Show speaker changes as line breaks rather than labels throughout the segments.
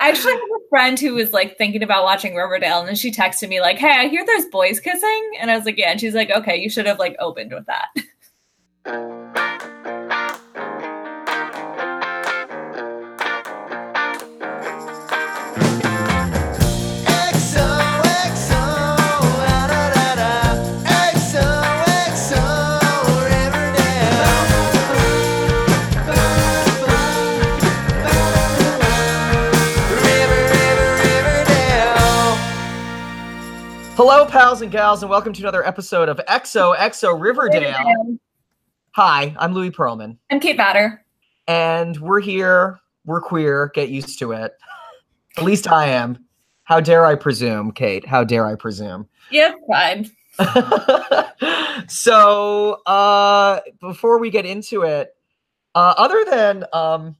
I actually have a friend who was like thinking about watching Riverdale, and then she texted me like, "Hey, I hear there's boys kissing," and I was like, "Yeah." And she's like, "Okay, you should have like opened with that."
Hello, pals and gals, and welcome to another episode of XOXO Riverdale. Hi, I'm Louis Pearlman,
I'm Kate Batter.
and we're here. We're queer. Get used to it. At least I am. How dare I presume, Kate? How dare I presume?
Yeah, it's fine.
so, uh, before we get into it, uh, other than um,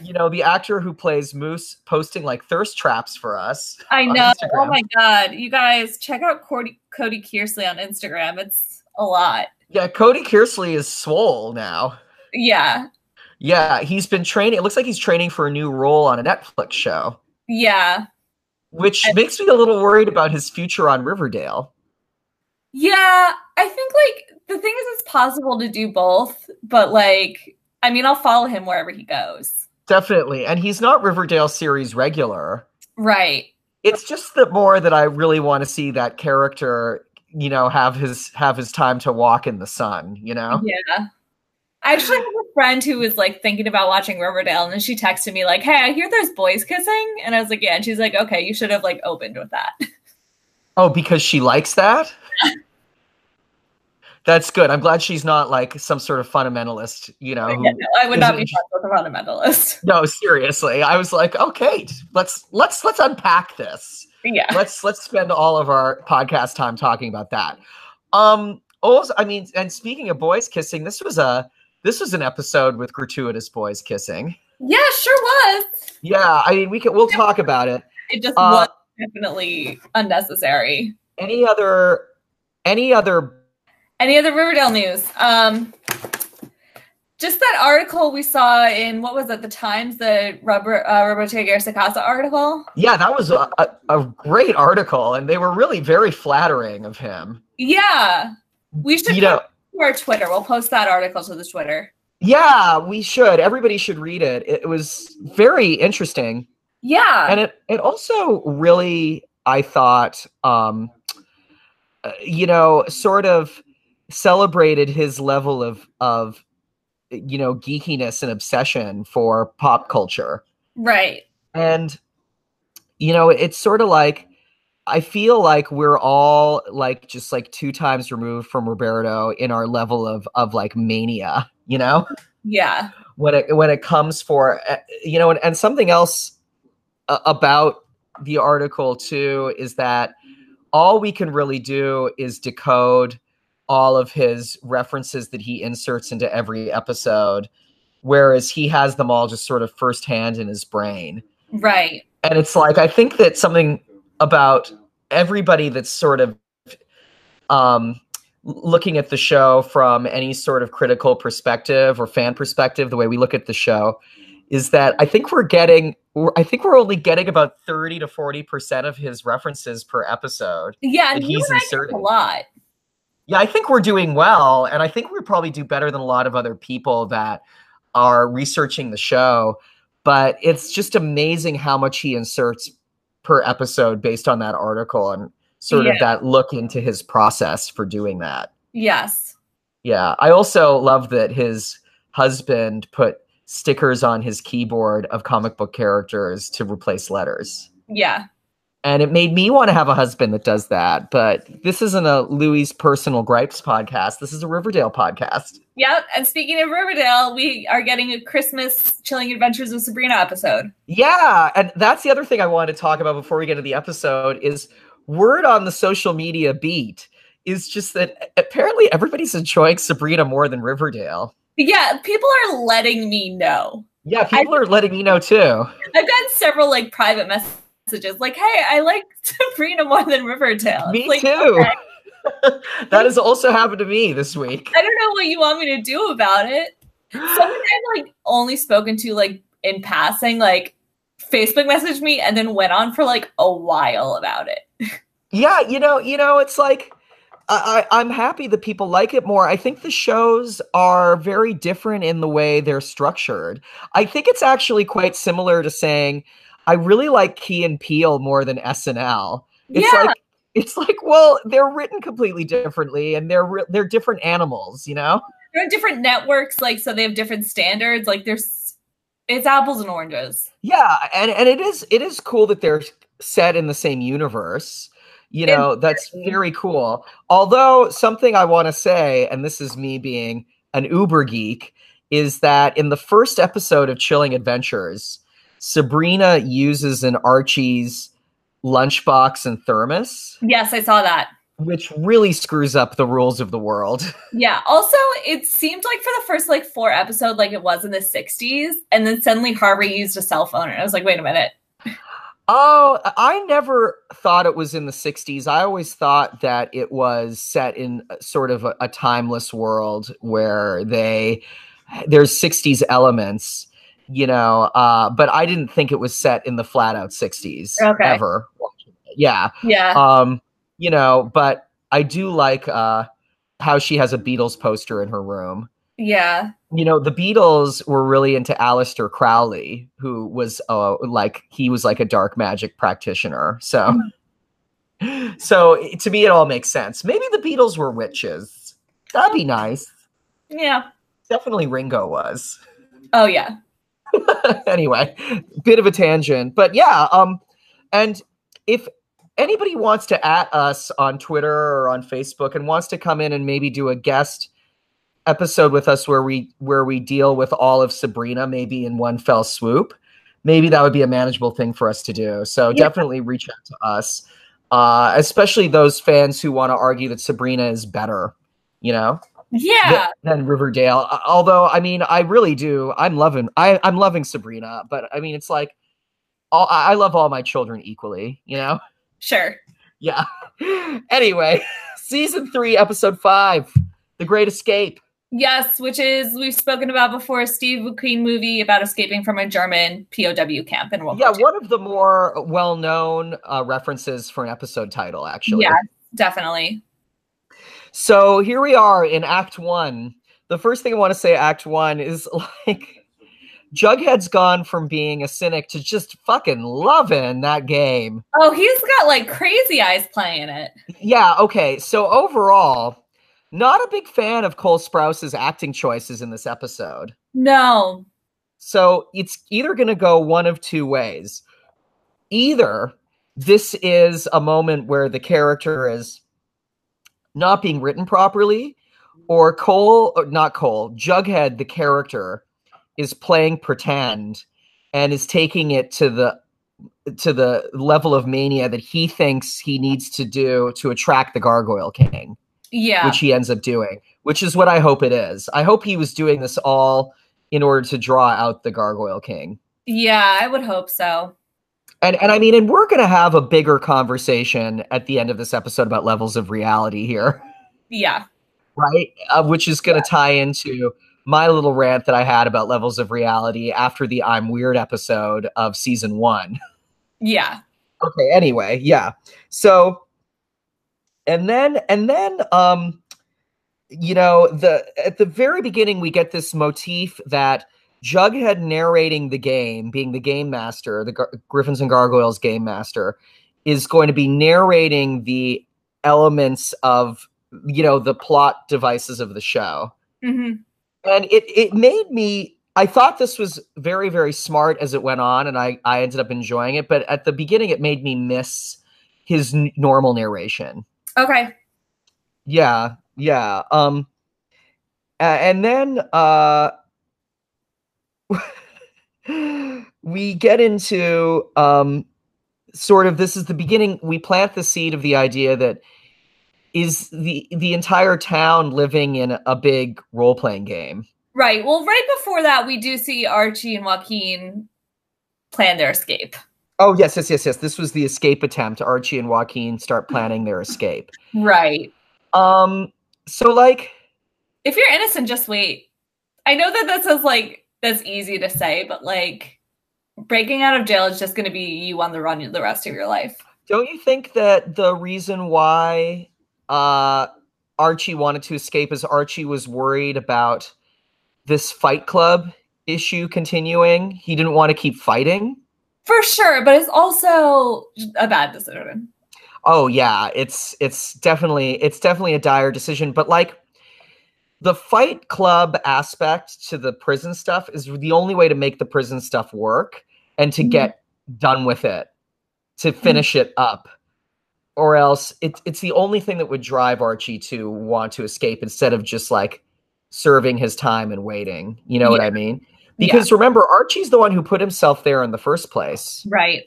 you know the actor who plays Moose posting like thirst traps for us,
I
On
know. Oh
Instagram.
my god, you guys check out Cody, Cody Kearsley on Instagram. It's a lot.
yeah, Cody Kearsley is swole now.
Yeah,
Yeah, he's been training. It looks like he's training for a new role on a Netflix show,
yeah,
which
I-
makes me a little worried about his future on Riverdale.
yeah. I think like the thing is, it's possible to do both, but like, I mean, I'll follow him wherever he goes.
Definitely. And he's not Riverdale series regular.
Right.
It's just that more that I really want to see that character, you know, have his have his time to walk in the sun, you know?
Yeah. I actually have a friend who was like thinking about watching Riverdale, and then she texted me like, "Hey, I hear there's boys kissing," and I was like, "Yeah," and she's like, "Okay, you should have like opened with that."
Oh, because she likes that? That's good. I'm glad she's not like some sort of fundamentalist, you know, who
Yeah, no, I would not be friends with a fundamentalist.
No, seriously. I was like, oh Kate, let's let's let's unpack this.
Yeah,
Let's let's spend all of our podcast time talking about that. Um also I mean, and speaking of boys kissing, this was a this was an episode with gratuitous boys kissing.
yeah, sure was.
Yeah, I mean we can we'll talk about it.
It just
Uh,
was definitely unnecessary.
any other any other
Any other Riverdale news? Um, just that article we saw in what was it, the Times, the Robert uh, Roberto Garcia article.
yeah, that was a, a, a great article and they were really very flattering of him.
Yeah, we should
You know,
to our Twitter. We'll post that article to the Twitter.
yeah, we should. Everybody should read it. It was very interesting.
Yeah.
and it it also really i thought um uh, you know sort of celebrated his level of of you know geekiness and obsession for pop culture
right.
and you know it's sort of like i feel like we're all like just like two times removed from roberto in our level of of like mania you know
Yeah.
when it when it comes for uh, you know and, and something else a- about the article too is that all we can really do is decode all of his references that he inserts into every episode whereas he has them all just sort of firsthand in his brain
Right.
and it's like i think that something about everybody that's sort of um looking at the show from any sort of critical perspective or fan perspective the way we look at the show is that i think we're getting we're- i think we're only getting about 30 to 40 percent of his references per episode
Yeah. And
that
you
he's
and I do a
inserting
lot.
yeah i think we're doing well and i think we probably do better than a lot of other people that are researching the show but it's just amazing how much he inserts per episode based on that article and sort
Yeah.
of that look into his process for doing that
Yes.
yeah i also love that his husband put stickers on his keyboard of comic book characters to replace letters
Yeah.
and it made me want to have a husband that does that. But this isn't a Louis personal gripes podcast. This is a Riverdale podcast.
Yep. And speaking of Riverdale, we are getting a Christmas Chilling Adventures with Sabrina episode.
Yeah, and that's the other thing I wanted to talk about before we get to the episode is word on the social media beat is just that apparently everybody's enjoying Sabrina more than Riverdale.
Yeah. People are letting me know.
Yeah, people are letting me know too.
I've gotten several like private messages like, hey, I like Sabrina more than Riverdale. It's
Me
like,
too. that has also happened to me this week.
I don't know what you want me to do about it. Someone I've like only spoken to like in passing, like Facebook messaged me and then went on for like a while about it.
yeah, you know, you know, it's like I, I, I'm happy that people like it more. I think the shows are very different in the way they're structured. I think it's actually quite similar to saying, I really like Key and Peele more than SNL. It's
yeah.
like it's like, well, they're written completely differently, and they're re- they're different animals, you know.
They're different networks, like so they have different standards. Like there's, it's apples and oranges.
Yeah, and and it is it is cool that they're set in the same universe. You know,
And-
that's very cool. Although something I want to say, and this is me being an uber geek, is that in the first episode of Chilling Adventures, Sabrina uses an Archie's lunchbox and thermos,
Yes, I saw that.
which really screws up the rules of the world.
Yeah. Also, it seemed like for the first like four episode, like it was in the '60s, and then suddenly Harvey used a cell phone, and I was like, wait a minute.
Oh, I- I never thought it was in the 60s. I always thought that it was set in a- sort of a, a timeless world where they there's 60s elements, you know, uh but I didn't think it was set in the flat out 60s
Okay.
ever. Yeah.
Yeah.
Um you know, but I do like uh how she has a Beatles poster in her room
yeah.
you know the beatles were really into Aleister crowley who was uh, like he was like a dark magic practitioner so so it- to me it all makes sense maybe the beatles were witches that'd be nice
Yeah.
definitely ringo was
Oh yeah.
anyway bit of a tangent but yeah um and if anybody wants to at us on twitter or on facebook and wants to come in and maybe do a guest episode with us where we where we deal with all of sabrina maybe in one fell swoop maybe that would be a manageable thing for us to do so
Yeah.
definitely reach out to us uh especially those fans who want to argue that sabrina is better you know
Yeah.
th- than Riverdale. A- Although, I mean, I really do. I'm loving. I, I'm loving Sabrina, but I mean, it's like, all, I I love all my children equally. You know?
Sure.
Yeah. anyway, season three, episode five, The Great Escape.
Yes, which is we've spoken about before a Steve McQueen movie about escaping from a German POW camp in World
Yeah,
War II.
one of the more well-known uh, references for an episode title, actually.
Yeah, definitely.
So here we are in Act One. The first thing I want to say, Act One, is like Jughead's gone from being a cynic to just fucking loving that game.
Oh, he's got like crazy eyes playing it.
Yeah, okay. So overall, not a big fan of Cole Sprouse's acting choices in this episode.
No.
So it's either going to go one of two ways. Either this is a moment where the character is not being written properly, or Cole, or not Cole, Jughead, the character, is playing pretend and is taking it to the to the level of mania that he thinks he needs to do to attract the Gargoyle King
Yeah.
which he ends up doing, which is what I hope it is. I hope he was doing this all in order to draw out the Gargoyle King.
yeah, I would hope so.
And and I mean, and we're gonna have a bigger conversation at the end of this episode about levels of reality here,
Yeah.
right? Uh, which is gonna tie into my little rant that I had about levels of reality after the I'm Weird episode of season one.
Yeah.
okay anyway yeah so and then and then um you know the at the very beginning we get this motif that jughead narrating the game being the game master the Gar- griffins and gargoyles game master is going to be narrating the elements of you know the plot devices of the show
hmm
and it it made me i thought this was very very smart as it went on and i i ended up enjoying it but at the beginning it made me miss his n- normal narration
Okay.
yeah yeah um a- and then uh we get into um sort of this is the beginning we plant the seed of the idea that is the the entire town living in a big role playing game
Right. Well, right before that, we do see Archie and Joaquin plan their escape.
Oh yes, yes, yes, yes. This was the escape attempt. Archie and Joaquin start planning their escape.
Right.
Um, so like,
If you're innocent, just wait. I know that this is like, that's easy to say, but like, breaking out of jail is just going to be you on the run the rest of your life.
Don't you think that the reason why uh, Archie wanted to escape is Archie was worried about this Fight Club issue continuing? He didn't want to keep fighting.
For sure, but it's also a bad decision.
Oh yeah, it's it's definitely it's definitely a dire decision. But like the Fight Club aspect to the prison stuff is the only way to make the prison stuff work and
Mm-hmm.
to get done with it, to finish it up or else it's it's the only thing that would drive Archie to want to escape instead of just like serving his time and waiting. You know what
Yeah.
I mean? Because remember, Archie's the one who put himself there in the first place.
Right.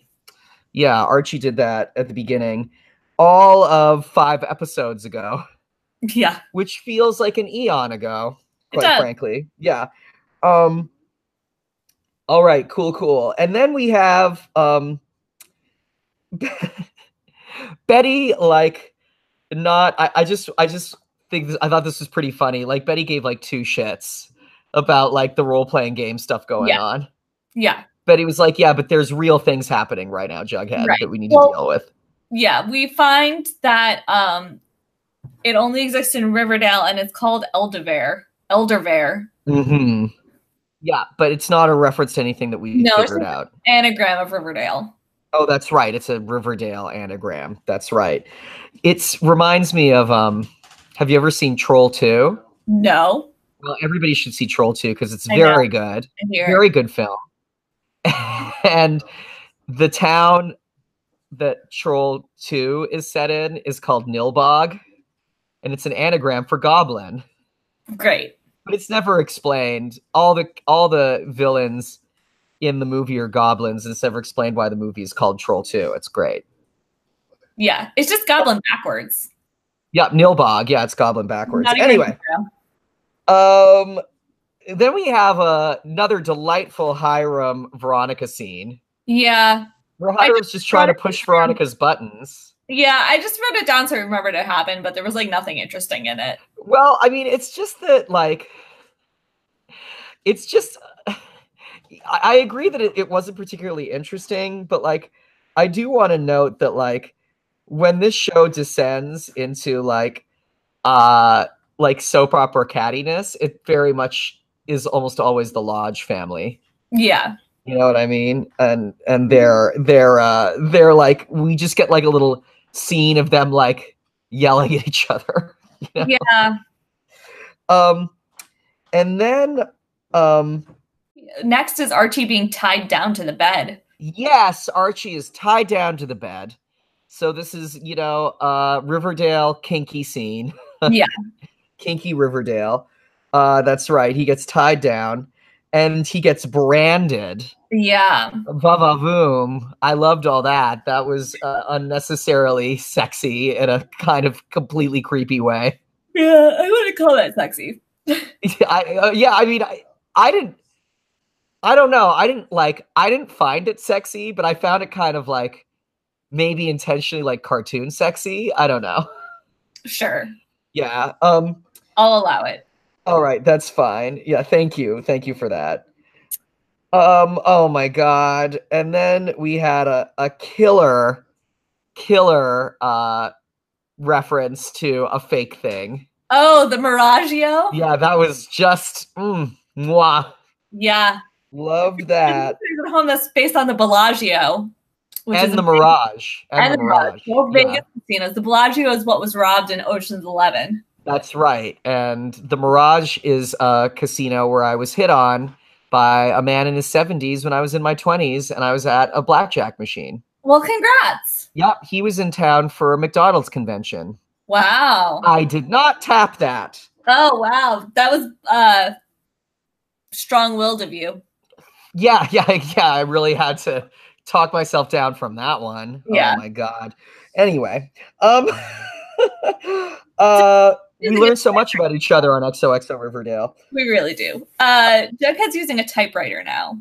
Yeah, Archie did that at the beginning, all of five episodes ago,
Yeah.
which feels like an eon ago,
It
quite
does.
frankly. Yeah. Um. All right. Cool. Cool. And then we have um. Betty like not I, I just I just think this, I thought this was pretty funny. Like Betty gave like two shits about like the role playing game stuff going
Yeah.
on.
Yeah.
Betty was like, yeah, but there's real things happening right now, Jughead,
Right.
that we need to
Well-
deal with.
Yeah. We find that um it only exists in Riverdale and it's called Eldervare. Eldervare.
hmm Yeah, but it's not a reference to anything that we
No, it's
figured
not-
out.
Anagram of Riverdale.
Oh, that's right. It's a Riverdale anagram. That's right. It's reminds me of um. Have you ever seen Troll Two?
No.
Well, everybody should see Troll Two because it's
I know.
very good.
I hear.
very good film. and the town that Troll 2 is set in is called Nilbog, and it's an anagram for goblin.
Great.
But it's never explained. All the all the villains in the movie are goblins, and it's never explained why the movie is called Troll 2. It's great.
Yeah. It's just goblin backwards.
Yep, Nilbog. Yeah, it's goblin backwards.
Not even-
Anyway. Um, then we have uh, another delightful Hiram Veronica scene.
Yeah.
Where Hiram's just trying to push Veronica's buttons.
Yeah. I just wrote it down so I remembered it happened, but there was like nothing interesting in it.
Well, I mean, it's just that, like, it's just. I, I agree that it, it wasn't particularly interesting, but, like, I do want to note that, like, when this show descends into, like, uh, like soap opera cattiness, it very much is almost always the Lodge family.
Yeah.
You know what I mean? And and they're they're uh they're like we just get like a little scene of them like yelling at each other.
Yeah.
Um, and then, um,
Next is Archie being tied down to the bed.
yes, Archie is tied down to the bed. So this is, you know, uh, Riverdale kinky scene.
Yeah.
kinky Riverdale. Uh, that's right. He gets tied down and he gets branded.
Yeah.
Vava voom. I loved all that. That was uh, unnecessarily sexy in a kind of completely creepy way.
Yeah. I wouldn't call that sexy.
I uh, yeah, I mean, I, I didn't. I don't know. I didn't like. I didn't find it sexy, but I found it kind of like maybe intentionally like cartoon sexy. I don't know.
Sure.
Yeah. Um.
I'll allow it.
All right. That's fine. Yeah. Thank you. Thank you for that. Um. Oh my god. And then we had a a killer, killer uh reference to a fake thing.
Oh, the Miraggio?
Yeah. That was just. Mm, mwah.
Yeah.
Loved that.
There's a home that's based on the Bellagio. Which
and the
a-
Mirage.
And the Mirage. Both
Yeah,
Vegas casinos. The Bellagio is what was robbed in Ocean's Eleven.
that's right. And the Mirage is a casino where I was hit on by a man in his 70s when I was in my 20s and I was at a blackjack machine.
Well, congrats.
Yep, he was in town for a McDonald's convention.
Wow.
I did not tap that.
Oh, wow. That was uh strong-willed of you.
Yeah, yeah, yeah. I really had to talk myself down from that one.
Yeah.
Oh my god. Anyway, um uh we learned so much about each other on XOXO Riverdale.
We really do. Uh Jughead's using a typewriter now.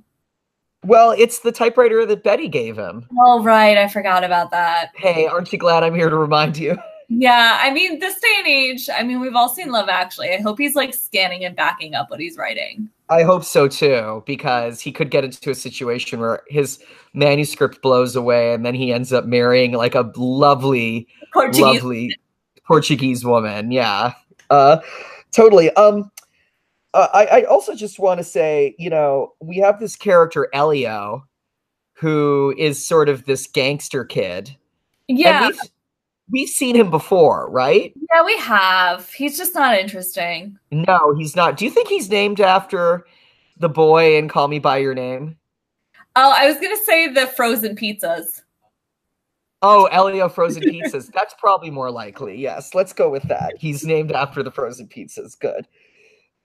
Well, it's the typewriter that Betty gave him.
Oh, right. I forgot about that.
Hey, aren't you glad I'm here to remind you?
Yeah, I mean, this day and age, I mean, we've all seen Love Actually. I hope he's like scanning and backing up what he's writing.
I hope so too, because he could get into a situation where his manuscript blows away, and then he ends up marrying like a lovely,
Portuguese.
lovely Portuguese woman. Yeah, uh, totally. Um, uh, I, I also just want to say, you know, we have this character Elio, who is sort of this gangster kid.
Yeah,
And we've, we've seen him before, right?
yeah, we have. He's just not interesting.
No, he's not. Do you think he's named after the boy in Call Me by Your Name?
Oh, I was gonna say the frozen pizzas.
Oh, Elio Frozen Pizzas. That's probably more likely. Yes, let's go with that. He's named after the frozen pizzas. Good.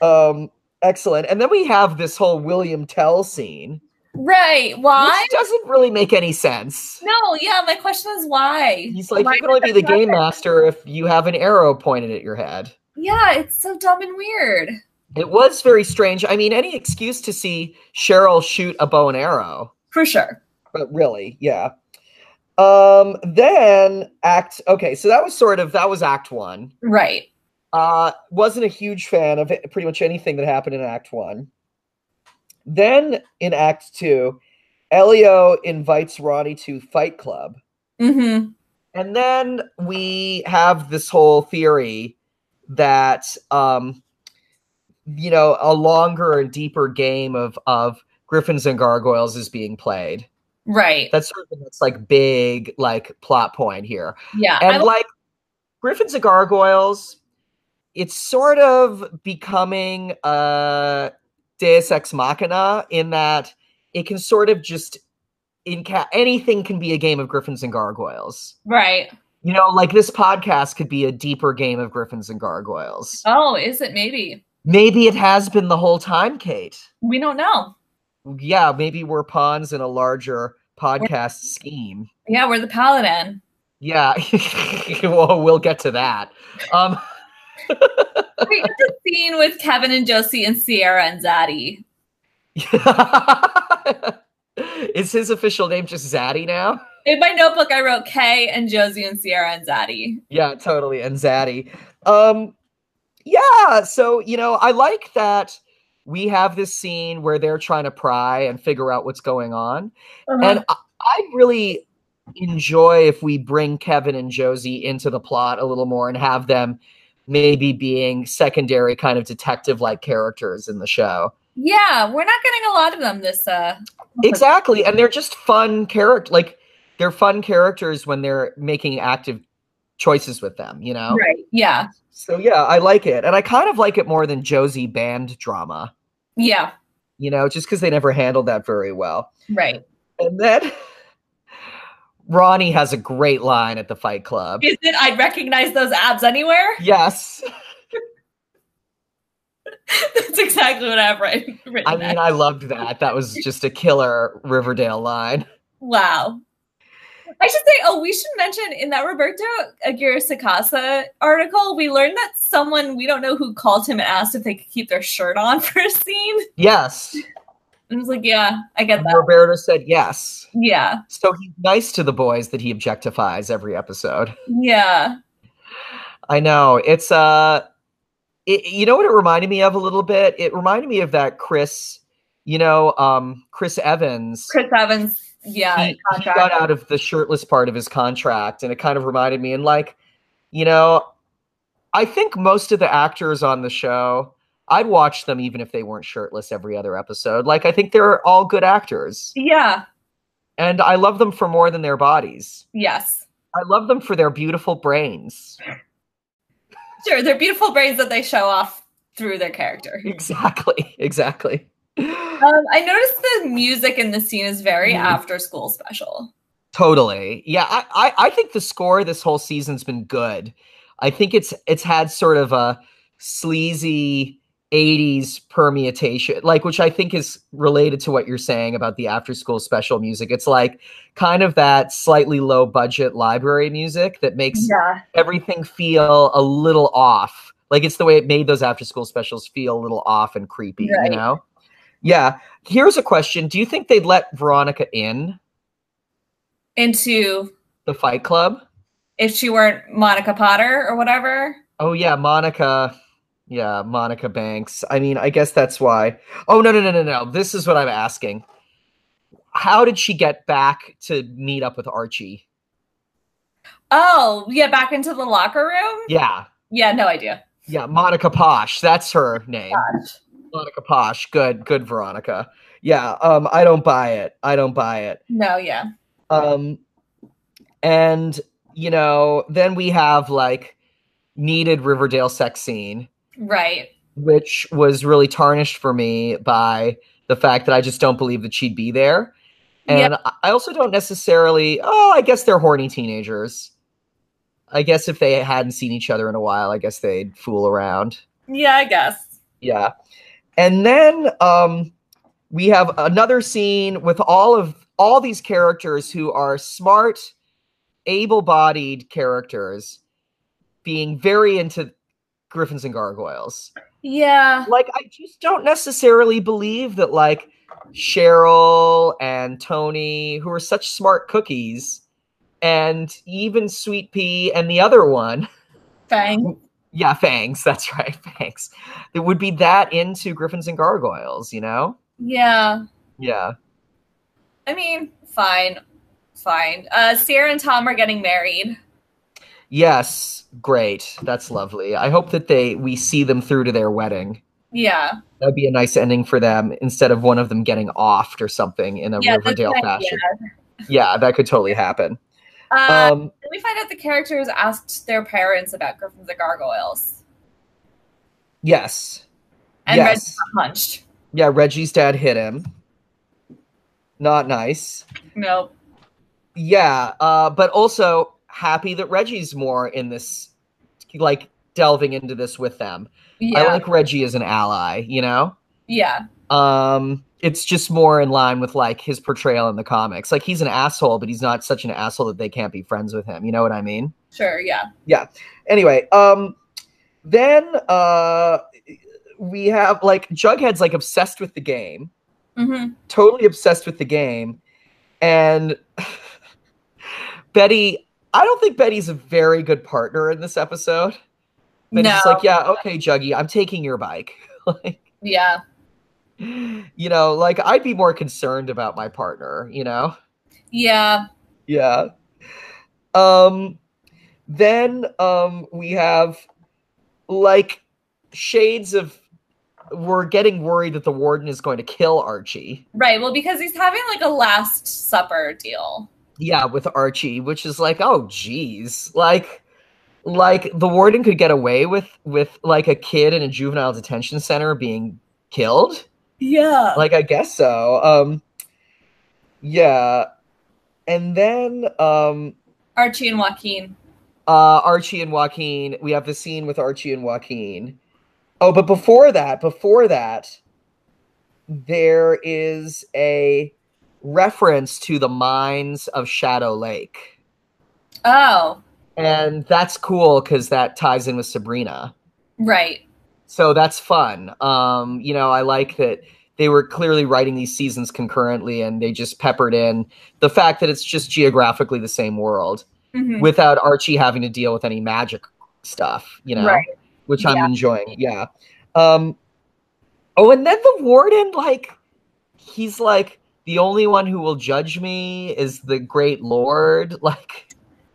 Um, excellent. And then we have this whole William Tell scene,
Right? Why?
which doesn't really make any sense.
No. Yeah, my question is why.
He's like,
Why
you can only
did
be the
that
game
happen?
master if you have an arrow pointed at your head.
Yeah, it's so dumb and weird.
It was very strange. I mean, any excuse to see Cheryl shoot a bow and arrow.
For sure.
but really, yeah. Um, then act okay, so that was sort of that was act one.
Right.
Uh, wasn't a huge fan of it- pretty much anything that happened in act one. Then in act two, Elio invites Ronnie to Fight Club,
Mm-hmm.
and then we have this whole theory that, um, you know, a longer and deeper game of of Griffins and Gargoyles is being played.
Right.
That's sort of that's like big like plot point here.
Yeah. I
And like Griffins and Gargoyles, it's sort of becoming a Deus Ex Machina in that it can sort of just inca- anything can be a game of Griffins and Gargoyles.
Right.
You know, like this podcast could be a deeper game of Griffins and Gargoyles.
Oh, is it maybe?
Maybe it has been the whole time, Kate.
We don't know.
Yeah, maybe we're pawns in a larger podcast scheme.
Yeah, we're the paladin.
Yeah, well, we'll get to that. Um,
We get the scene with Kevin and Josie and Sierra and Zaddy.
is his official name just Zaddy now?
In my notebook, I wrote Kay and Josie and Sierra and Zaddy.
Yeah, totally. And Zaddy. Um, yeah, so, you know, I like that we have this scene where they're trying to pry and figure out what's going on.
Uh-huh.
And I, I really enjoy if we bring Kevin and Josie into the plot a little more and have them maybe being secondary kind of detective like characters in the show.
yeah, we're not getting a lot of them this uh
exactly and they're just fun character like they're fun characters when they're making active choices with them you know
right. Yeah.
so yeah i like it and i kind of like it more than josie band drama
Yeah.
you know just because they never handled that very well
Right.
and then ronnie has a great line at the fight club
Is it I'd recognize those abs anywhere?
yes
That's exactly what I've written. written
i mean
next.
i loved that that was just a killer riverdale line
Wow. I should say, oh, we should mention in that Roberto Aguirre Sacasa article, we learned that someone we don't know who called him and asked if they could keep their shirt on for a scene.
yes
And I was like, yeah, I get
And
that.
roberto said yes
Yeah.
so he's nice to the boys that he objectifies every episode
Yeah.
I know. It's uh it, you know what it reminded me of a little bit? It reminded me of that Chris, you know, um Chris Evans.
Chris Evans. Yeah.
he, he
contract.
got out of the shirtless part of his contract and it kind of reminded me and like, you know, I think most of the actors on the show, I'd watch them even if they weren't shirtless every other episode. Like I think they're all good actors
Yeah.
and I love them for more than their bodies.
Yes.
I love them for their beautiful brains.
Sure. They're beautiful brains that they show off through their character.
Exactly. Exactly.
Um, I noticed the music in this scene is very
Mhm.
after school special.
Totally. Yeah, I, I I think the score this whole season's been good. I think it's it's had sort of a sleazy 80s permutation, like which I think is related to what you're saying about the after school special music. It's like kind of that slightly low budget library music that makes
Yeah.
everything feel a little off. Like it's the way it made those after school specials feel a little off and creepy,
Right.
you know? Yeah. Here's a question. Do you think they'd let Veronica in
Into
the fight club?
if she weren't Monica Potter or whatever.
Oh yeah, Monica Yeah, Monica Banks. I mean, I guess that's why. Oh no, no, no, no, no. This is what I'm asking. How did she get back to meet up with Archie?
Oh, yeah, back into the locker room?
Yeah.
Yeah, no idea.
Yeah, Monica Posh. That's her name. Monica Posh. Good, good Veronica. Yeah, um, I don't buy it. I don't buy it.
No, yeah.
Um and you know, then we have like needed Riverdale sex scene,
Right.
which was really tarnished for me by the fact that I just don't believe that she'd be there. And I- I also don't necessarily oh, I guess they're horny teenagers. I guess if they hadn't seen each other in a while, I guess they'd fool around.
Yeah, I guess.
Yeah. And then um we have another scene with all of all these characters who are smart, able-bodied characters being very into griffins and gargoyles.
Yeah.
Like I just don't necessarily believe that like Cheryl and Tony, who are such smart cookies, and even Sweet Pea and the other one
Fang.
yeah, Fangs. That's right, Fangs. It would be that into Griffins and Gargoyles, you know?
Yeah.
Yeah.
I mean, fine. Fine. Uh Sierra and Tom are getting married.
Yes, great. That's lovely. I hope that they we see them through to their wedding.
Yeah.
That'd be a nice ending for them instead of one of them getting offed or something in a
Yeah, that's
Riverdale
an idea.
fashion. Yeah, that could totally happen.
Uh,
Um,
then we find out the characters asked their parents about Griffins and Gargoyles.
yes.
And
yes.
Red punched.
yeah, Reggie's dad hit him. Not nice.
Nope.
Yeah, uh, but also happy that Reggie's more in this, like delving into this with them.
Yeah.
I like Reggie as an ally, you know?
yeah.
Um, it's just more in line with like his portrayal in the comics. Like he's an asshole, but he's not such an asshole that they can't be friends with him. You know what I mean?
Sure, yeah.
Anyway, um, then uh, we have like Jughead's like obsessed with the game
Mm-hmm.
totally obsessed with the game. And Betty, I don't think Betty's a very good partner in this episode. But
No.
it's like, yeah, okay, Juggy, I'm taking your bike. like,
yeah.
you know, like I'd be more concerned about my partner, you know?
Yeah.
Yeah. Um then um we have like shades of we're getting worried that the warden is going to kill Archie.
Right. Well, because he's having like a last supper deal.
yeah with archie which is like oh geez like like the warden could get away with with like a kid in a juvenile detention center being killed
Yeah.
like i guess so um yeah and then um
Archie and Joaquin.
uh archie and joaquin we have the scene with archie and joaquin oh but before that before that there is a reference to the mines of shadow lake
Oh,
and that's cool because that ties in with Sabrina.
right.
So that's fun. Um, you know, I like that they were clearly writing these seasons concurrently, and they just peppered in the fact that it's just geographically the same world
Mhm.
without Archie having to deal with any magic stuff. You know,
Right.
which I'm
Yeah.
enjoying. Yeah. Um, oh, and then the warden, like, he's like. The only one who will judge me is the great lord. Like,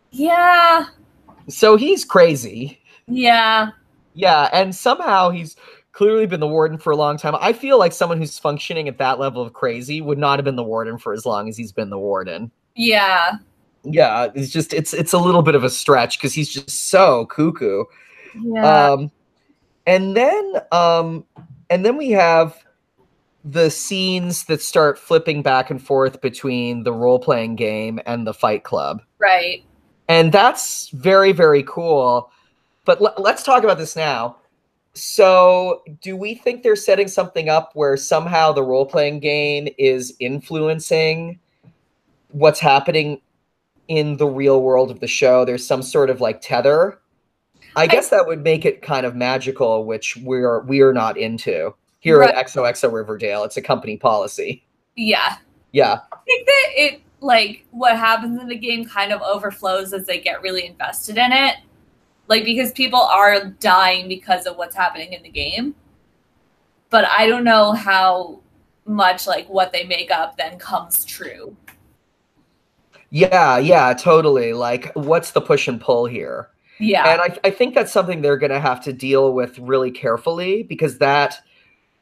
Yeah.
so he's crazy.
Yeah.
Yeah, and somehow he's clearly been the warden for a long time. I feel like someone who's functioning at that level of crazy would not have been the warden for as long as he's been the warden.
Yeah.
Yeah, it's just it's it's a little bit of a stretch because he's just so cuckoo.
Yeah.
Um, and then um, and then we have the scenes that start flipping back and forth between the role playing game and the Fight Club.
right.
And that's very, very cool. But le- let's talk about this now. So, do we think they're setting something up where somehow the role playing game is influencing what's happening in the real world of the show? There's some sort of like tether. I guess that would make it kind of magical, which we're we are not into here at XOXO Riverdale. It's a company policy.
Yeah.
Yeah,
I think that it, like, what happens in the game kind of overflows as they get really invested in it. like because people are dying because of what's happening in the game. But I don't know how much like what they make up then comes true.
Yeah, yeah, totally. Like, what's the push and pull here?
Yeah.
And I, I think that's something they're going to have to deal with really carefully because that.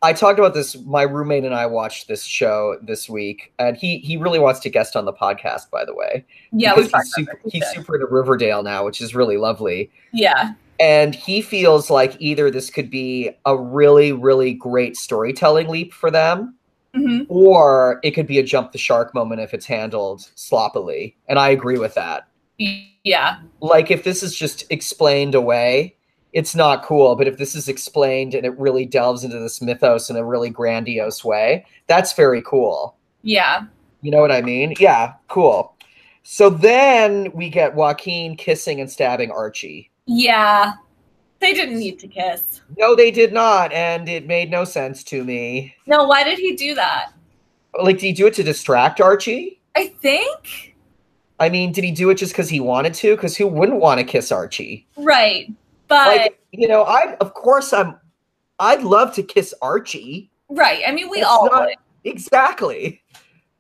I talked about this. My roommate and I watched this show this week, and he he really wants to guest on the podcast. By the way,
yeah,
because he's super, he's super into Riverdale now, which is really lovely.
yeah,
And he feels like either this could be a really really great storytelling leap for them,
hmm
or it could be a jump the shark moment if it's handled sloppily. And I agree with that
yeah,
like if this is just explained away it's not cool but if this is explained and it really delves into this mythos in a really grandiose way that's very cool
yeah.
you know what i mean yeah cool so then we get joaquin kissing and stabbing archie
Yeah. They didn't need to kiss.
no they did not and it made no sense to me
No, why did he do that?
like did he do it to distract archie
I think
i mean did he do it just because he wanted to because who wouldn't want to kiss archie
right, but
like you know i of course i'm i'd love to kiss archie
right. I mean, we
It's
all
not-
would.
exactly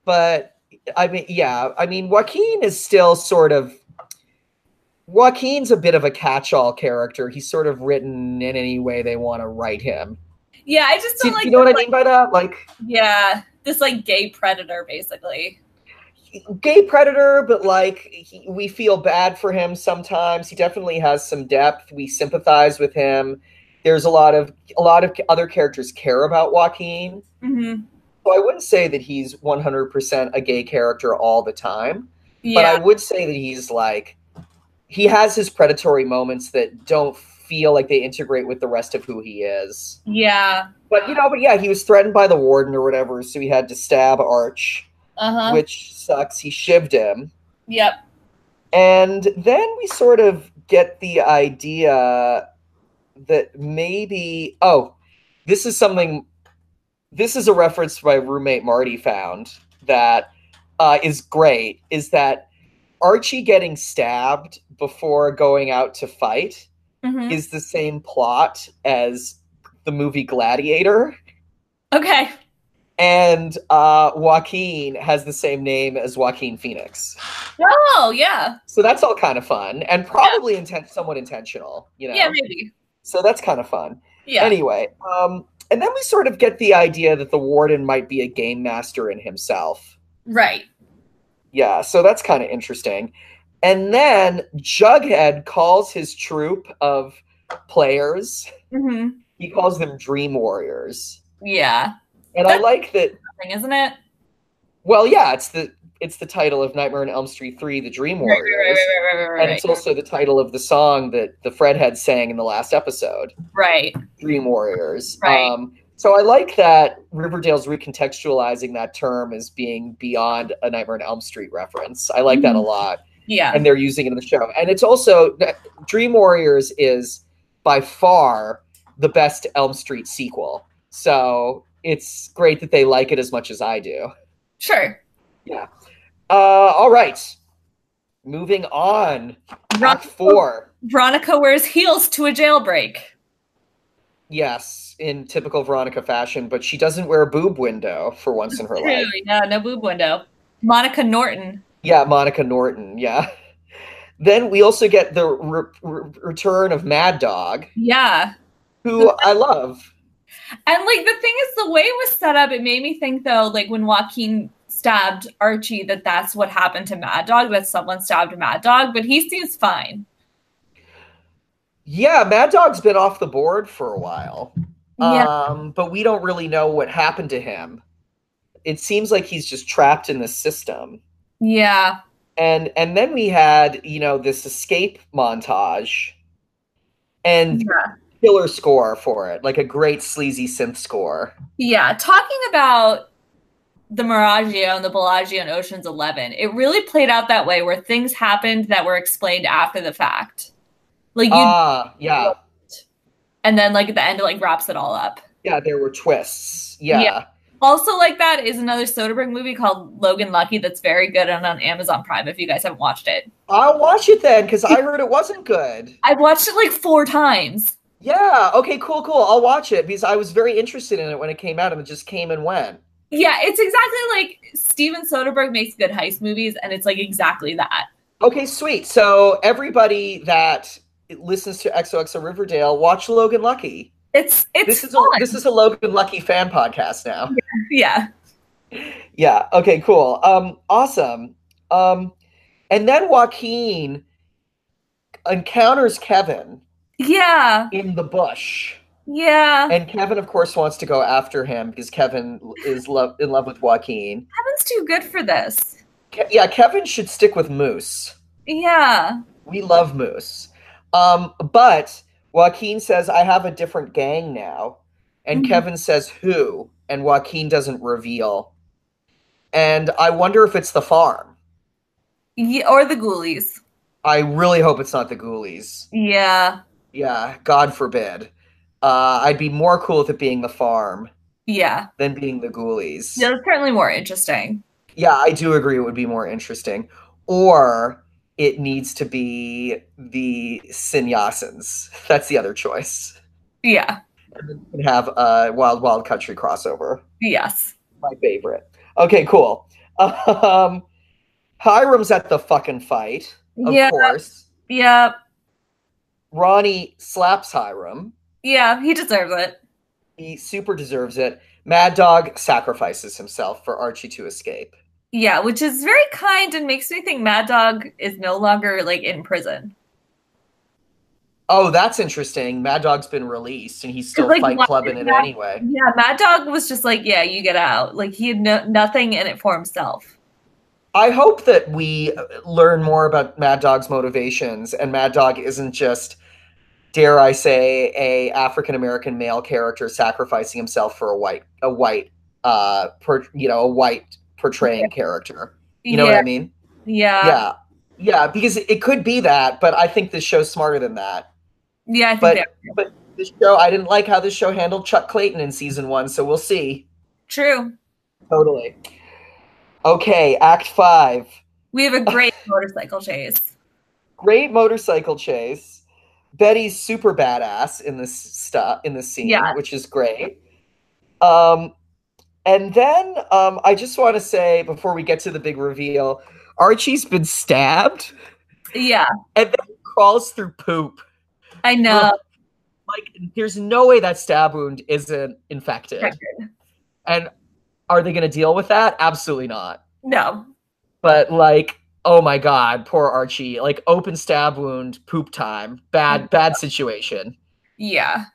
but i mean yeah i mean joaquin is still sort of joaquin's a bit of a catch-all character he's sort of written in any way they want to write him
Yeah, I just
Do
don't like.
you know what
this,
i mean by that like
like- yeah, this like gay predator, basically.
gay predator but like he, we feel bad for him sometimes he definitely has some depth we sympathize with him there's a lot of a lot of other characters care about joaquin
hmm
So I wouldn't say that he's 100% a gay character all the time, but I
Yeah,
would say that he's like, he has his predatory moments that don't feel like they integrate with the rest of who he is.
yeah,
But, you know, but yeah, he was threatened by the warden or whatever, so he had to stab Arch,
uh huh,
which sucks. He shivved him.
yep.
And then we sort of get the idea that maybe, oh, this is something, this is a reference my roommate Marty found that uh, is great is that Archie getting stabbed before going out to fight
Mhm.
is the same plot as the movie Gladiator.
Okay,
And uh, Joaquin has the same name as Joaquin Phoenix.
oh yeah,
So that's all kind of fun and probably inten- somewhat intentional, you know.
yeah, maybe,
So that's kind of fun.
yeah,
Anyway, um and then we sort of get the idea that the warden might be a game master in himself.
right.
Yeah, so that's kind of interesting. And then Jughead calls his troop of players,
hmm
he calls them dream warriors.
Yeah,
And I
That's-
like that
thing, isn't it?
well, yeah, it's the it's the title of Nightmare on Elm Street 3, The Dream
Right, right, right,
Warriors.
right, right, right,
And
right,
it's also the title of the song that the Fredhead sang in the last episode.
right.
Dream Warriors.
Right.
Um, so I like that Riverdale's recontextualizing that term as being beyond a Nightmare on Elm Street reference. I like that a
Mhm.
lot,
Yeah,
and they're using it in the show. And it's also Dream Warriors is by far the best Elm Street sequel. So it's great that they like it as much as I do.
sure.
Uh, all right, moving on. Act
Veronica,
four.
Veronica wears heels to a jailbreak.
Yes, in typical Veronica fashion, but she doesn't wear a boob window for once in her life.
Really? No, no boob window. Monica Norton.
Yeah, Monica Norton. Yeah. Then we also get the re- re- return of Mad Dog,
Yeah.
who I love.
And like the thing is, the way it was set up, it made me think though, like when Joaquin stabbed Archie, that that's what happened to Mad Dog, that someone stabbed Mad Dog, but he seems fine.
Yeah, Mad Dog's been off the board for a while.
yeah.
Um, but we don't really know what happened to him. It seems like he's just trapped in this system.
Yeah.
And and then we had, you know, this escape montage and
Yeah.
killer score for it, like a great sleazy synth score.
Yeah. Talking about the Miragio and the Bellagio and Ocean's Eleven, it really played out that way where things happened that were explained after the fact. Like you
Ah, yeah.
and then like at the end it like wraps it all up.
Yeah, there were twists. Yeah.
Yeah. Also, like that is another Soderbergh movie called Logan Lucky that's very good and on Amazon Prime if you guys haven't watched it.
I'll watch it then because I heard it wasn't good.
I've watched it like four times.
Yeah. Okay. Cool. Cool. I'll watch it because I was very interested in it when it came out, and it just came and went.
Yeah, it's exactly like Steven Soderbergh makes good heist movies, and it's like exactly that.
Okay. Sweet. So everybody that listens to XOXO Riverdale, watch Logan Lucky.
It's it's
This is a,
fun.
this is a Logan Lucky fan podcast now.
yeah.
Yeah. Okay. Cool. Um. Awesome. Um. And then Joaquin encounters Kevin
Yeah.
in the bush,
Yeah.
and Kevin, of course, wants to go after him because Kevin is love in love with Joaquin.
Kevin's too good for this.
Ke- yeah, Kevin should stick with Moose.
Yeah.
We love Moose. Um. But Joaquin says, "I have a different gang now," and
Mhm.
Kevin says, "Who?" And Joaquin doesn't reveal. And I wonder if it's the farm.
yeah. Or the ghoulies.
I really hope it's not the Ghoulies.
Yeah.
Yeah, God forbid. Uh, I'd be more cool with it being the farm
Yeah.
than being the Ghoulies.
Yeah, That's certainly more interesting.
Yeah, I do agree it would be more interesting. Or it needs to be the Sannyasins. That's the other choice.
Yeah.
We can have a Wild Wild Country crossover.
Yes.
My favorite. Okay, cool. Um, Hiram's at the fucking fight, of
yeah.
course.
Yeah.
Ronnie slaps Hiram.
Yeah. He deserves it.
He super deserves it. Mad Dog sacrifices himself for Archie to escape.
Yeah, which is very kind and makes me think Mad Dog is no longer like in prison.
Oh, that's interesting. Mad Dog's been released and he's still
Like,
fight
why
clubbing
is
it
that-
anyway.
Yeah, Mad Dog was just like, yeah, you get out. Like he had no- nothing in it for himself.
I hope that we uh, learn more about Mad Dog's motivations and Mad Dog isn't just dare I say a African American male character sacrificing himself for a white a white uh per, you know, a white portraying character. You know
yeah, Uh,
what I mean?
yeah, yeah,
yeah. Yeah, because it could be that, but I think this show's smarter than that.
I think
But-
that's
this show i didn't like how this show handled chuck clayton in season one so we'll see
true.
totally okay act five
We have a great motorcycle chase.
great motorcycle chase betty's super badass in this stuff in this scene
Yeah.
which is great um and then um i just want to say before we get to the big reveal archie's been stabbed
Yeah,
crawls through poop
I know.
Well, like there's no way that stab wound isn't infected. And are they going to deal with that? Absolutely not.
No,
But like, oh my god, poor Archie. Like open stab wound, poop time. Bad bad situation.
yeah,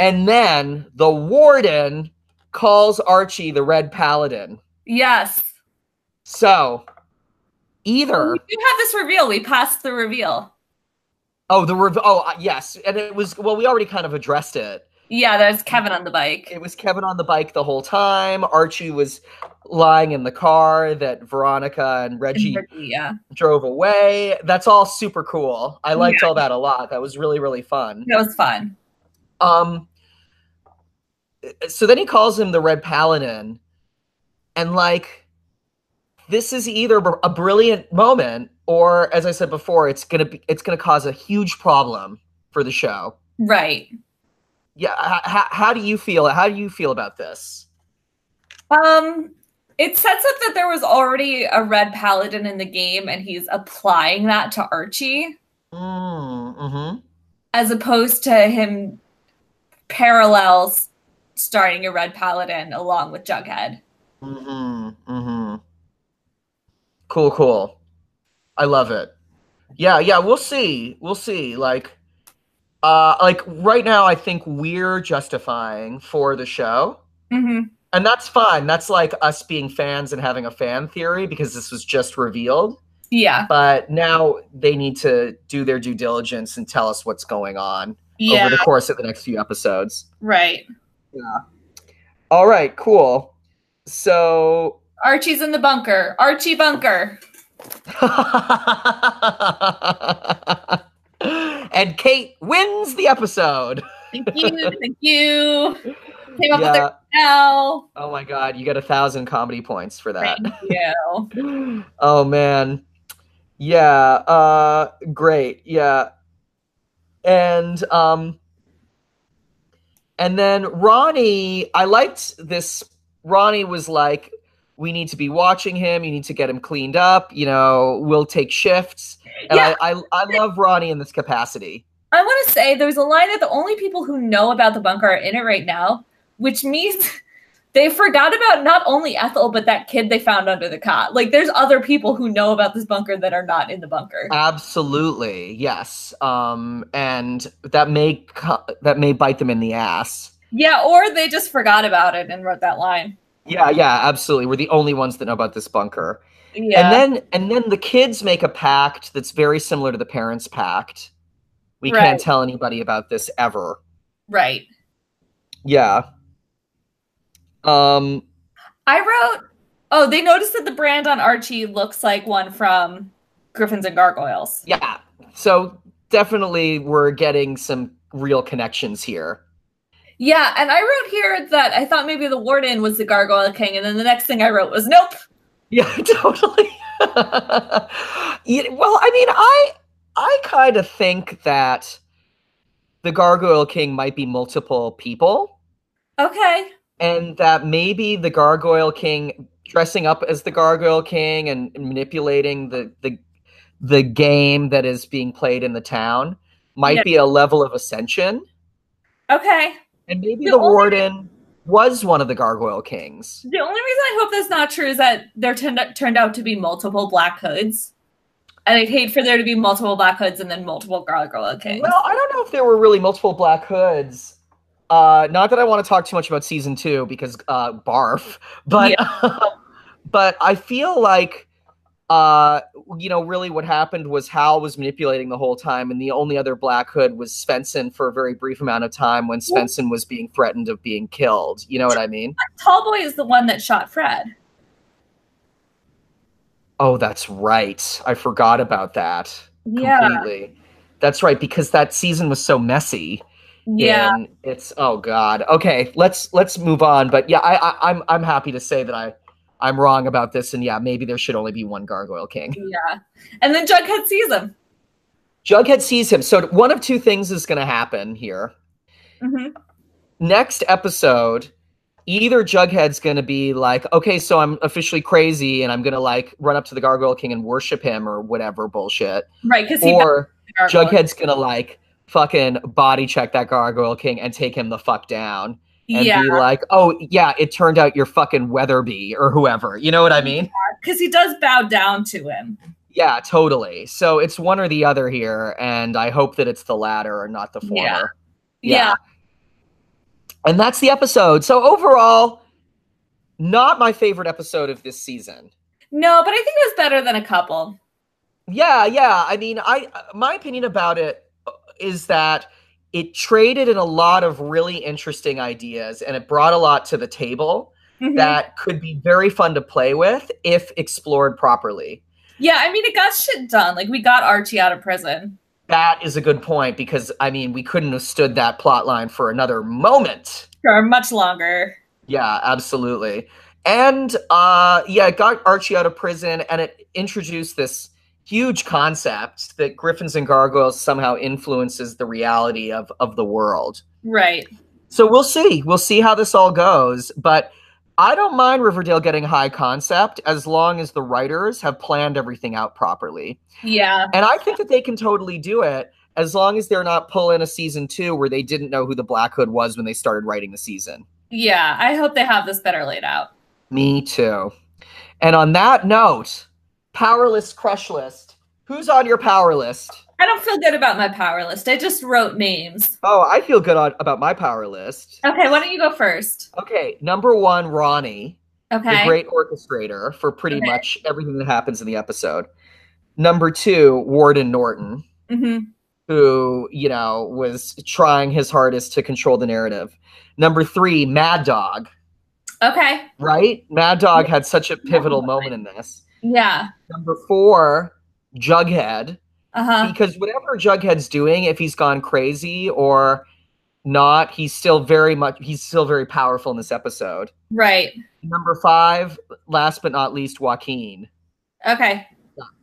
And then the warden calls Archie the Red Paladin.
yes.
So
We
either
do have this reveal. We passed the reveal.
oh the rev- oh uh, yes, and it was well we already kind of addressed it.
Yeah, there's Kevin on the bike.
it was Kevin on the bike the whole time. Archie was lying in the car that Veronica and Reggie
Yeah,
drove away. That's all super cool. I liked all that a lot. That was really really fun.
that was fun.
Um so then he calls him the Red Paladin and like this is either br- a brilliant moment or as I said before it's going to be it's going to cause a huge problem for the show.
Right.
Yeah, h- h- how do you feel? How do you feel about this?
Um, it sets up that there was already a red paladin in the game, and he's applying that to Archie
Mm, mhm.
as opposed to him parallels starting a red paladin along with Jughead.
Mm-hmm. Mm-hmm. Cool, cool. I love it. Yeah, yeah, we'll see. We'll see. Like uh like right now I think we're justifying for the show.
Mm-hmm.
And that's fine. That's like us being fans and having a fan theory because this was just revealed.
Yeah,
But now they need to do their due diligence and tell us what's going on
yeah,
over the course of the next few episodes.
right.
All right, cool. So
Archie's in the bunker. Archie bunker.
and Kate wins the episode.
Thank you, thank you. Came up with
yeah,
now.
Oh my god, you get a thousand comedy points for that.
Thank you.
oh man. Yeah, uh great. Yeah. And um and then Ronnie, I liked this Ronnie was like we need to be watching him. You need to get him cleaned up. You know, we'll take shifts. And
Yeah.
I, I, I love Ronnie in this capacity.
I want to say there's a line that the only people who know about the bunker are in it right now, which means they forgot about not only Ethel but that kid they found under the cot. Like there's other people who know about this bunker that are not in the bunker.
Uh, Absolutely, yes. Um, and that may co- that may bite them in the ass.
Yeah, or they just forgot about it and wrote that line.
Yeah, yeah, absolutely. We're the only ones that know about this bunker.
Yeah.
And then and then the kids make a pact that's very similar to the parents' pact. We
Right.
can't tell anybody about this ever.
right.
Yeah. Um
I wrote Oh, they noticed that the brand on Archie looks like one from Griffins and Gargoyles.
yeah. So definitely we're getting some real connections here.
Yeah, and I wrote here that I thought maybe the warden was the Gargoyle King, and then the next thing I wrote was nope.
Yeah, totally. Yeah, well, I mean, I I kind of think that the Gargoyle King might be multiple people,
Okay.
and that maybe the Gargoyle King dressing up as the Gargoyle King and manipulating the the the game that is being played in the town might
Yeah.
be a level of ascension,
Okay.
and maybe
The
the,
only-
warden was one of the Gargoyle Kings.
The only reason I hope that's not true is that there turned turned out to be multiple black hoods, and I'd hate for there to be multiple black hoods and then multiple gargoyle kings.
Well, I don't know if there were really multiple black hoods. Uh, not that I want to talk too much about season two because uh, barf, but but I feel like uh, you know really what happened was Hal was manipulating the whole time, and the only other black hood was Svensson for a very brief amount of time when Svensson was being threatened of being killed. You know what I mean?
Tallboy is the one that shot Fred.
Oh, that's right. I forgot about that
Yeah,
completely. That's right because that season was so messy.
yeah.
and it's oh god okay let's let's move on but yeah I, I i'm i'm happy to say that i i'm wrong about this and yeah maybe there should only be one gargoyle king
And then Jughead sees him.
jughead sees him so one of two things is going to happen here
hmm
next episode either jughead's going to be like okay so i'm officially crazy and i'm going to like run up to the gargoyle king and worship him or whatever bullshit
Right, because he
or
found the gargoyle.
jughead's going to like fucking body check that gargoyle king and take him the fuck down and
Yeah,
be like, "Oh yeah, it turned out you're fucking Weatherby or whoever." You know what I mean?
because he does bow down to him.
Yeah, totally. So it's one or the other here, and I hope that it's the latter and not the former.
Yeah. Yeah.
And that's the episode. So overall, not my favorite episode of this season.
No, but I think it was better than a couple.
Yeah, yeah. I mean, I my opinion about it uh, is that it traded in a lot of really interesting ideas and it brought a lot to the table.
Mhm.
that could be very fun to play with if explored properly.
yeah, I mean, it got shit done. Like we got Archie out of prison.
That is a good point because I mean we couldn't have stood that plot line for another moment.
for much longer.
Yeah, absolutely. And uh yeah, it got Archie out of prison and it introduced this huge concept that griffins and gargoyles somehow influences the reality of of the world.
Right.
So we'll see. We'll see how this all goes, but I don't mind Riverdale getting high concept as long as the writers have planned everything out properly.
Yeah.
And I think that they can totally do it as long as they're not pulling a season two where they didn't know who the Black Hood was when they started writing the season.
Yeah. I hope they have this better laid out.
Me too. And on that note, powerless crush list. Who's on your power list?
I don't feel good about my power list. I just wrote names.
Oh, I feel good on, about my power list.
Okay, why don't you go first?
Okay, number one, Ronnie, the
Okay.
great orchestrator for pretty
Okay.
much everything that happens in the episode. Number two, Warden Norton,
hmm
who you know was trying his hardest to control the narrative. Number three, Mad Dog,
Okay.
right? Mad Dog had such a pivotal moment in this.
Yeah.
Number four, Jughead,
Uh huh.
because whatever Jughead's doing, if he's gone crazy or not. He's still very much. He's still very powerful in this episode.
Right.
Number five, last but not least, Joaquin.
Okay.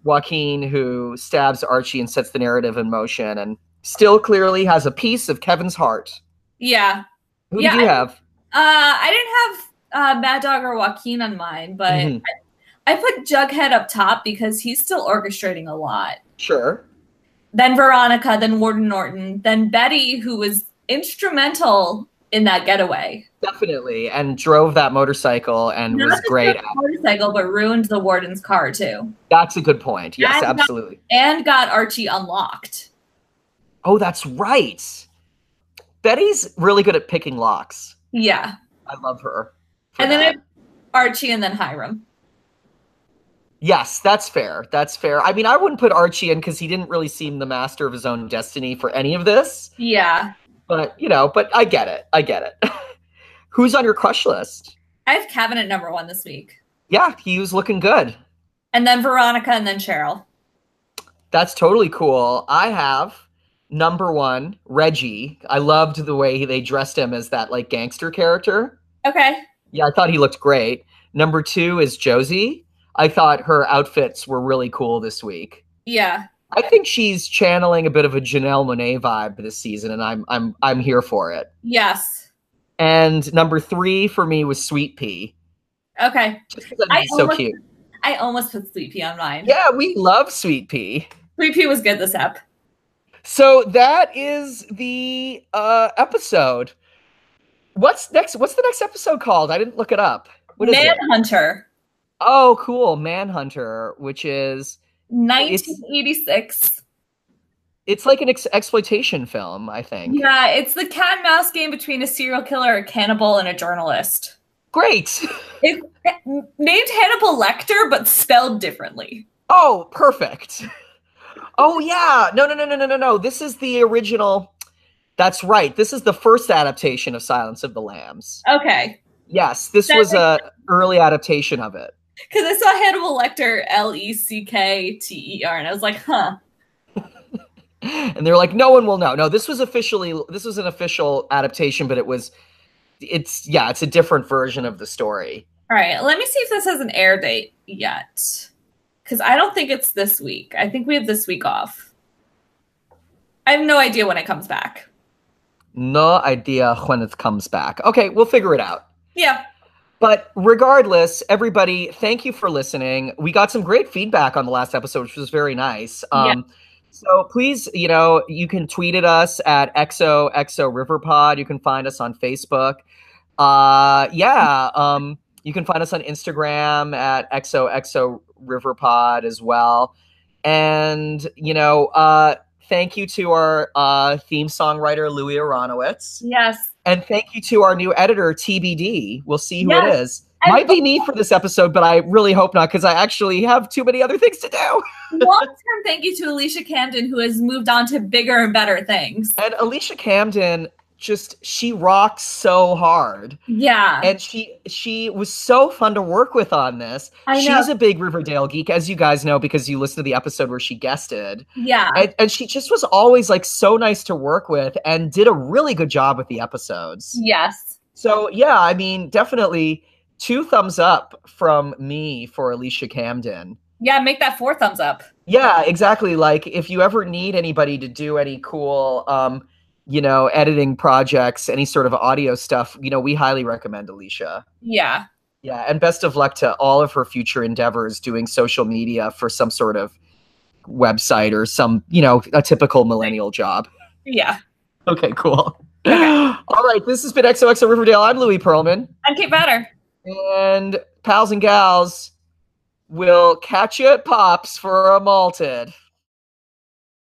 Joaquin, who stabs Archie and sets the narrative in motion, and still clearly has a piece of Kevin's heart.
Yeah.
Who
Yeah,
do you
I-
have?
Uh, I didn't have uh, Mad Dog or Joaquin on mine, but
Mhm.
I, I put Jughead up top because he's still orchestrating a lot.
Sure.
Then Veronica, then Warden Norton, then Betty, who was instrumental in that getaway.
Definitely. And drove that motorcycle and
Not
was
just
great.
the
At,
motorcycle, but ruined the warden's car too,
that's a good point. Yes,
And- uh,
absolutely.
and got Archie unlocked.
Oh, that's right. Betty's really good at picking locks.
Yeah,
I love her. for
and then
that.
I, Archie, and then Hiram.
Yes, that's fair. That's fair. I mean, I wouldn't put Archie in because he didn't really seem the master of his own destiny for any of this.
Yeah,
But you know, but I get it. I get it. Who's on your crush list?
I have Kevin at number one this week,
Yeah, he was looking good.
and then Veronica, and then Cheryl.
That's totally cool. I have number one, Reggie. I loved the way they dressed him as that like gangster character.
Okay,
Yeah, I thought he looked great. Number two is Josie. I thought her outfits were really cool this week.
yeah,
I think she's channeling a bit of a Janelle Monet vibe this season, and I'm I'm I'm here for it.
yes,
And number three for me was Sweet Pea.
okay.
Just 'cause
I
it's so
almost-
cute.
I almost put Sweet Pea on mine.
Yeah, we love Sweet Pea.
Sweet Pea was good this ep.
So that is the uh episode. What's next? What's the next episode called? I didn't look it up. What is it?
Manhunter,
Oh, cool, Manhunter, which is
nineteen eighty six.
it's like an ex- exploitation film, I think.
Yeah, it's the cat and mouse game between a serial killer, a cannibal, and a journalist.
Great.
Named Hannibal Lecter, but spelled differently.
Oh, perfect. Oh yeah. No, no, no, no, no, no, no. This is the original. That's right. This is the first adaptation of Silence of the Lambs.
Okay.
Yes, this was a early adaptation of it.
Because I saw Hannibal Lecter, L E C K T E R, and I was like, huh.
And they're like, no one will know. No, this was officially this was an official adaptation, but it was it's yeah, it's a different version of the story.
All right. Let me see if this has an air date yet. Because I don't think it's this week. I think we have this week off. I have no idea when it comes back.
No idea when it comes back. Okay, we'll figure it out.
Yeah.
But regardless, everybody, thank you for listening. We got some great feedback on the last episode, which was very nice.
Yeah.
Um, So please, you know, you can tweet at us at XOXO Riverpod. You can find us on Facebook. Uh, yeah. Um, you can find us on Instagram at XOXO Riverpod as well. And, you know, uh, thank you to our uh, theme songwriter, Louis Aronowitz.
Yes.
And thank you to our new editor, TBD. We'll see who
Yes.
it is.
And-
Might be me for this episode, but I really hope not because I actually have too many other things to do.
Long term thank you to Alicia Camden, who has moved on to bigger and better things.
And Alicia Camden just she rocks so hard.
Yeah.
And she she was so fun to work with on this.
I know.
She's a big Riverdale geek, as you guys know, because you listened to the episode where she guested.
yeah.
And, and she just was always like so nice to work with and did a really good job with the episodes.
Yes.
So yeah, I mean, definitely two thumbs up from me for Alicia Camden.
Yeah. Make that four thumbs up.
Yeah, exactly. Like if you ever need anybody to do any cool um, you know, editing projects, any sort of audio stuff, you know, we highly recommend Alicia.
Yeah.
Yeah, and best of luck to all of her future endeavors doing social media for some sort of website or some, you know, a typical millennial job.
Yeah.
Okay, cool. All right, this has been XOXO Riverdale. I'm Louis Pearlman.
And Kate Batter.
And pals and gals, we'll catch you at Pops for a malted.